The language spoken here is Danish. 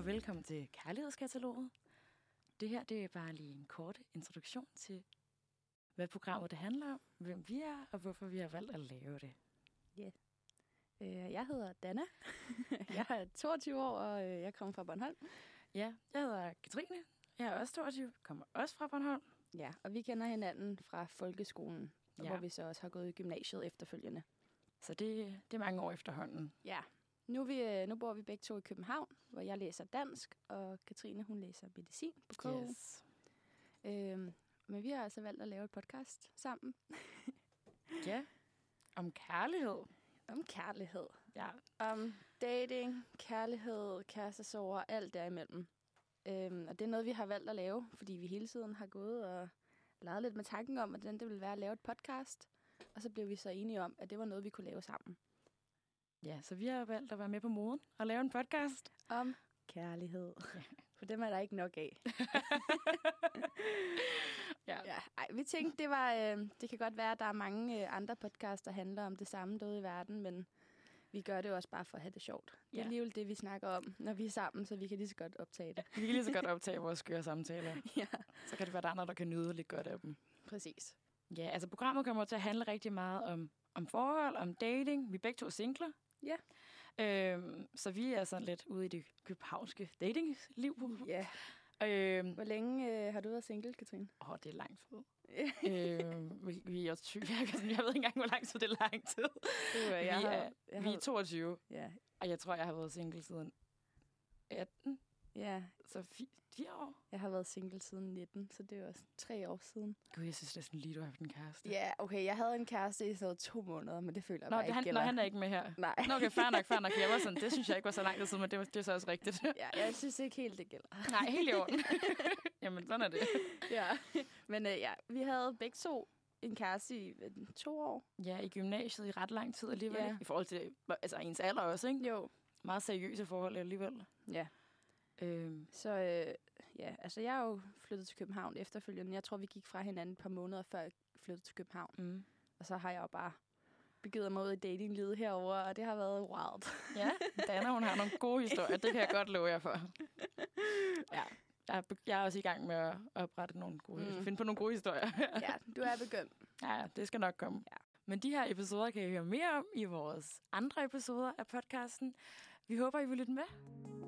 velkommen til Kærlighedskataloget. Det her det er bare lige en kort introduktion til, hvad programmet det handler om, hvem vi er, og hvorfor vi har valgt at lave det. Øh, jeg hedder Dana. jeg er 22 år, og øh, jeg kommer fra Bornholm. Ja, jeg hedder Katrine. Jeg er også 22, kommer også fra Bornholm. Ja, og vi kender hinanden fra folkeskolen, ja. Ja. hvor vi så også har gået i gymnasiet efterfølgende. Så det, det er mange år efterhånden. Ja. Nu, er vi, øh, nu bor vi begge to i København, hvor jeg læser dansk, og Katrine hun læser medicin på KU. Yes. Øhm, men vi har altså valgt at lave et podcast sammen Ja, om kærlighed. om kærlighed. Ja, Om dating, kærlighed, kærestesorger, alt derimellem. Øhm, og det er noget, vi har valgt at lave, fordi vi hele tiden har gået og leget lidt med tanken om, hvordan det ville være at lave et podcast. Og så blev vi så enige om, at det var noget, vi kunne lave sammen. ja, så vi har valgt at være med på moden og lave en podcast. Om kærlighed. For dem er der ikke nok af. Ja. Ja, ej, vi tænkte, det, var, øh, det kan godt være, at der er mange øh, andre podcasts, der handler om det samme derude i verden, men vi gør det jo også bare for at have det sjovt. Det er Ja. alligevel det, vi snakker om, når vi er sammen, så vi kan lige så godt optage det. Vi kan lige så godt optage vores skøre samtaler. ja, Så kan det være, at der er andre, der kan nyde lidt godt af dem. præcis. Ja, altså programmet kommer til at handle rigtig meget om, om forhold, om dating. Vi er begge to singler. Ja. Øhm, så vi er sådan lidt ude i det københavnske datingliv. Ja. Øhm, Hvor længe øh, har du været single, Katrine? åh, det er lang tid. øhm, vi, vi er også syge. Jeg, kan sådan- jeg ved ikke engang, hvor lang tid det er lang tid. Du, øh, vi, er, vi er 22, ja, og jeg tror, jeg har været single siden 18, ja, så 4 år. jeg har været single siden 19, så det er jo også tre år siden. Gud, jeg synes næsten lige, du har haft en kæreste. Ja, okay, jeg havde en kæreste i sådan noget to måneder, men det føler jeg Nå, bare det, ikke han, gælder. når han er ikke med her. Nej. Nå, okay, fair nok, fair nok. Jeg var sådan, det synes jeg ikke var så lang tid siden, men det, var, det er så også rigtigt. Ja, jeg synes ikke helt, det gælder. Nej, helt i orden. Jamen, sådan er det. ja. Men øh, ja, vi havde begge to en kæreste i øh, to år. Ja, i gymnasiet i ret lang tid alligevel. Ja. Ja. I forhold til altså, ens alder også, ikke? Jo. Meget seriøse forhold alligevel. Ja. Øhm, Så øh, ja, altså jeg er jo flyttet til København efterfølgende. Jeg tror, vi gik fra hinanden et par måneder, før jeg flyttede til København. mm. Og så har jeg jo bare begivet mig ud i datinglivet herover, og det har været wild. Ja, Dana, hun har nogle gode historier. Det kan jeg godt love jer for. Ja. Jeg er, jeg er også i gang med at oprette nogle gode, Mm. mm. finde på nogle gode historier. ja, du er begyndt. Ja, det skal nok komme. Ja. Men de her episoder kan I høre mere om i vores andre episoder af podcasten. Vi håber, I vil lytte med.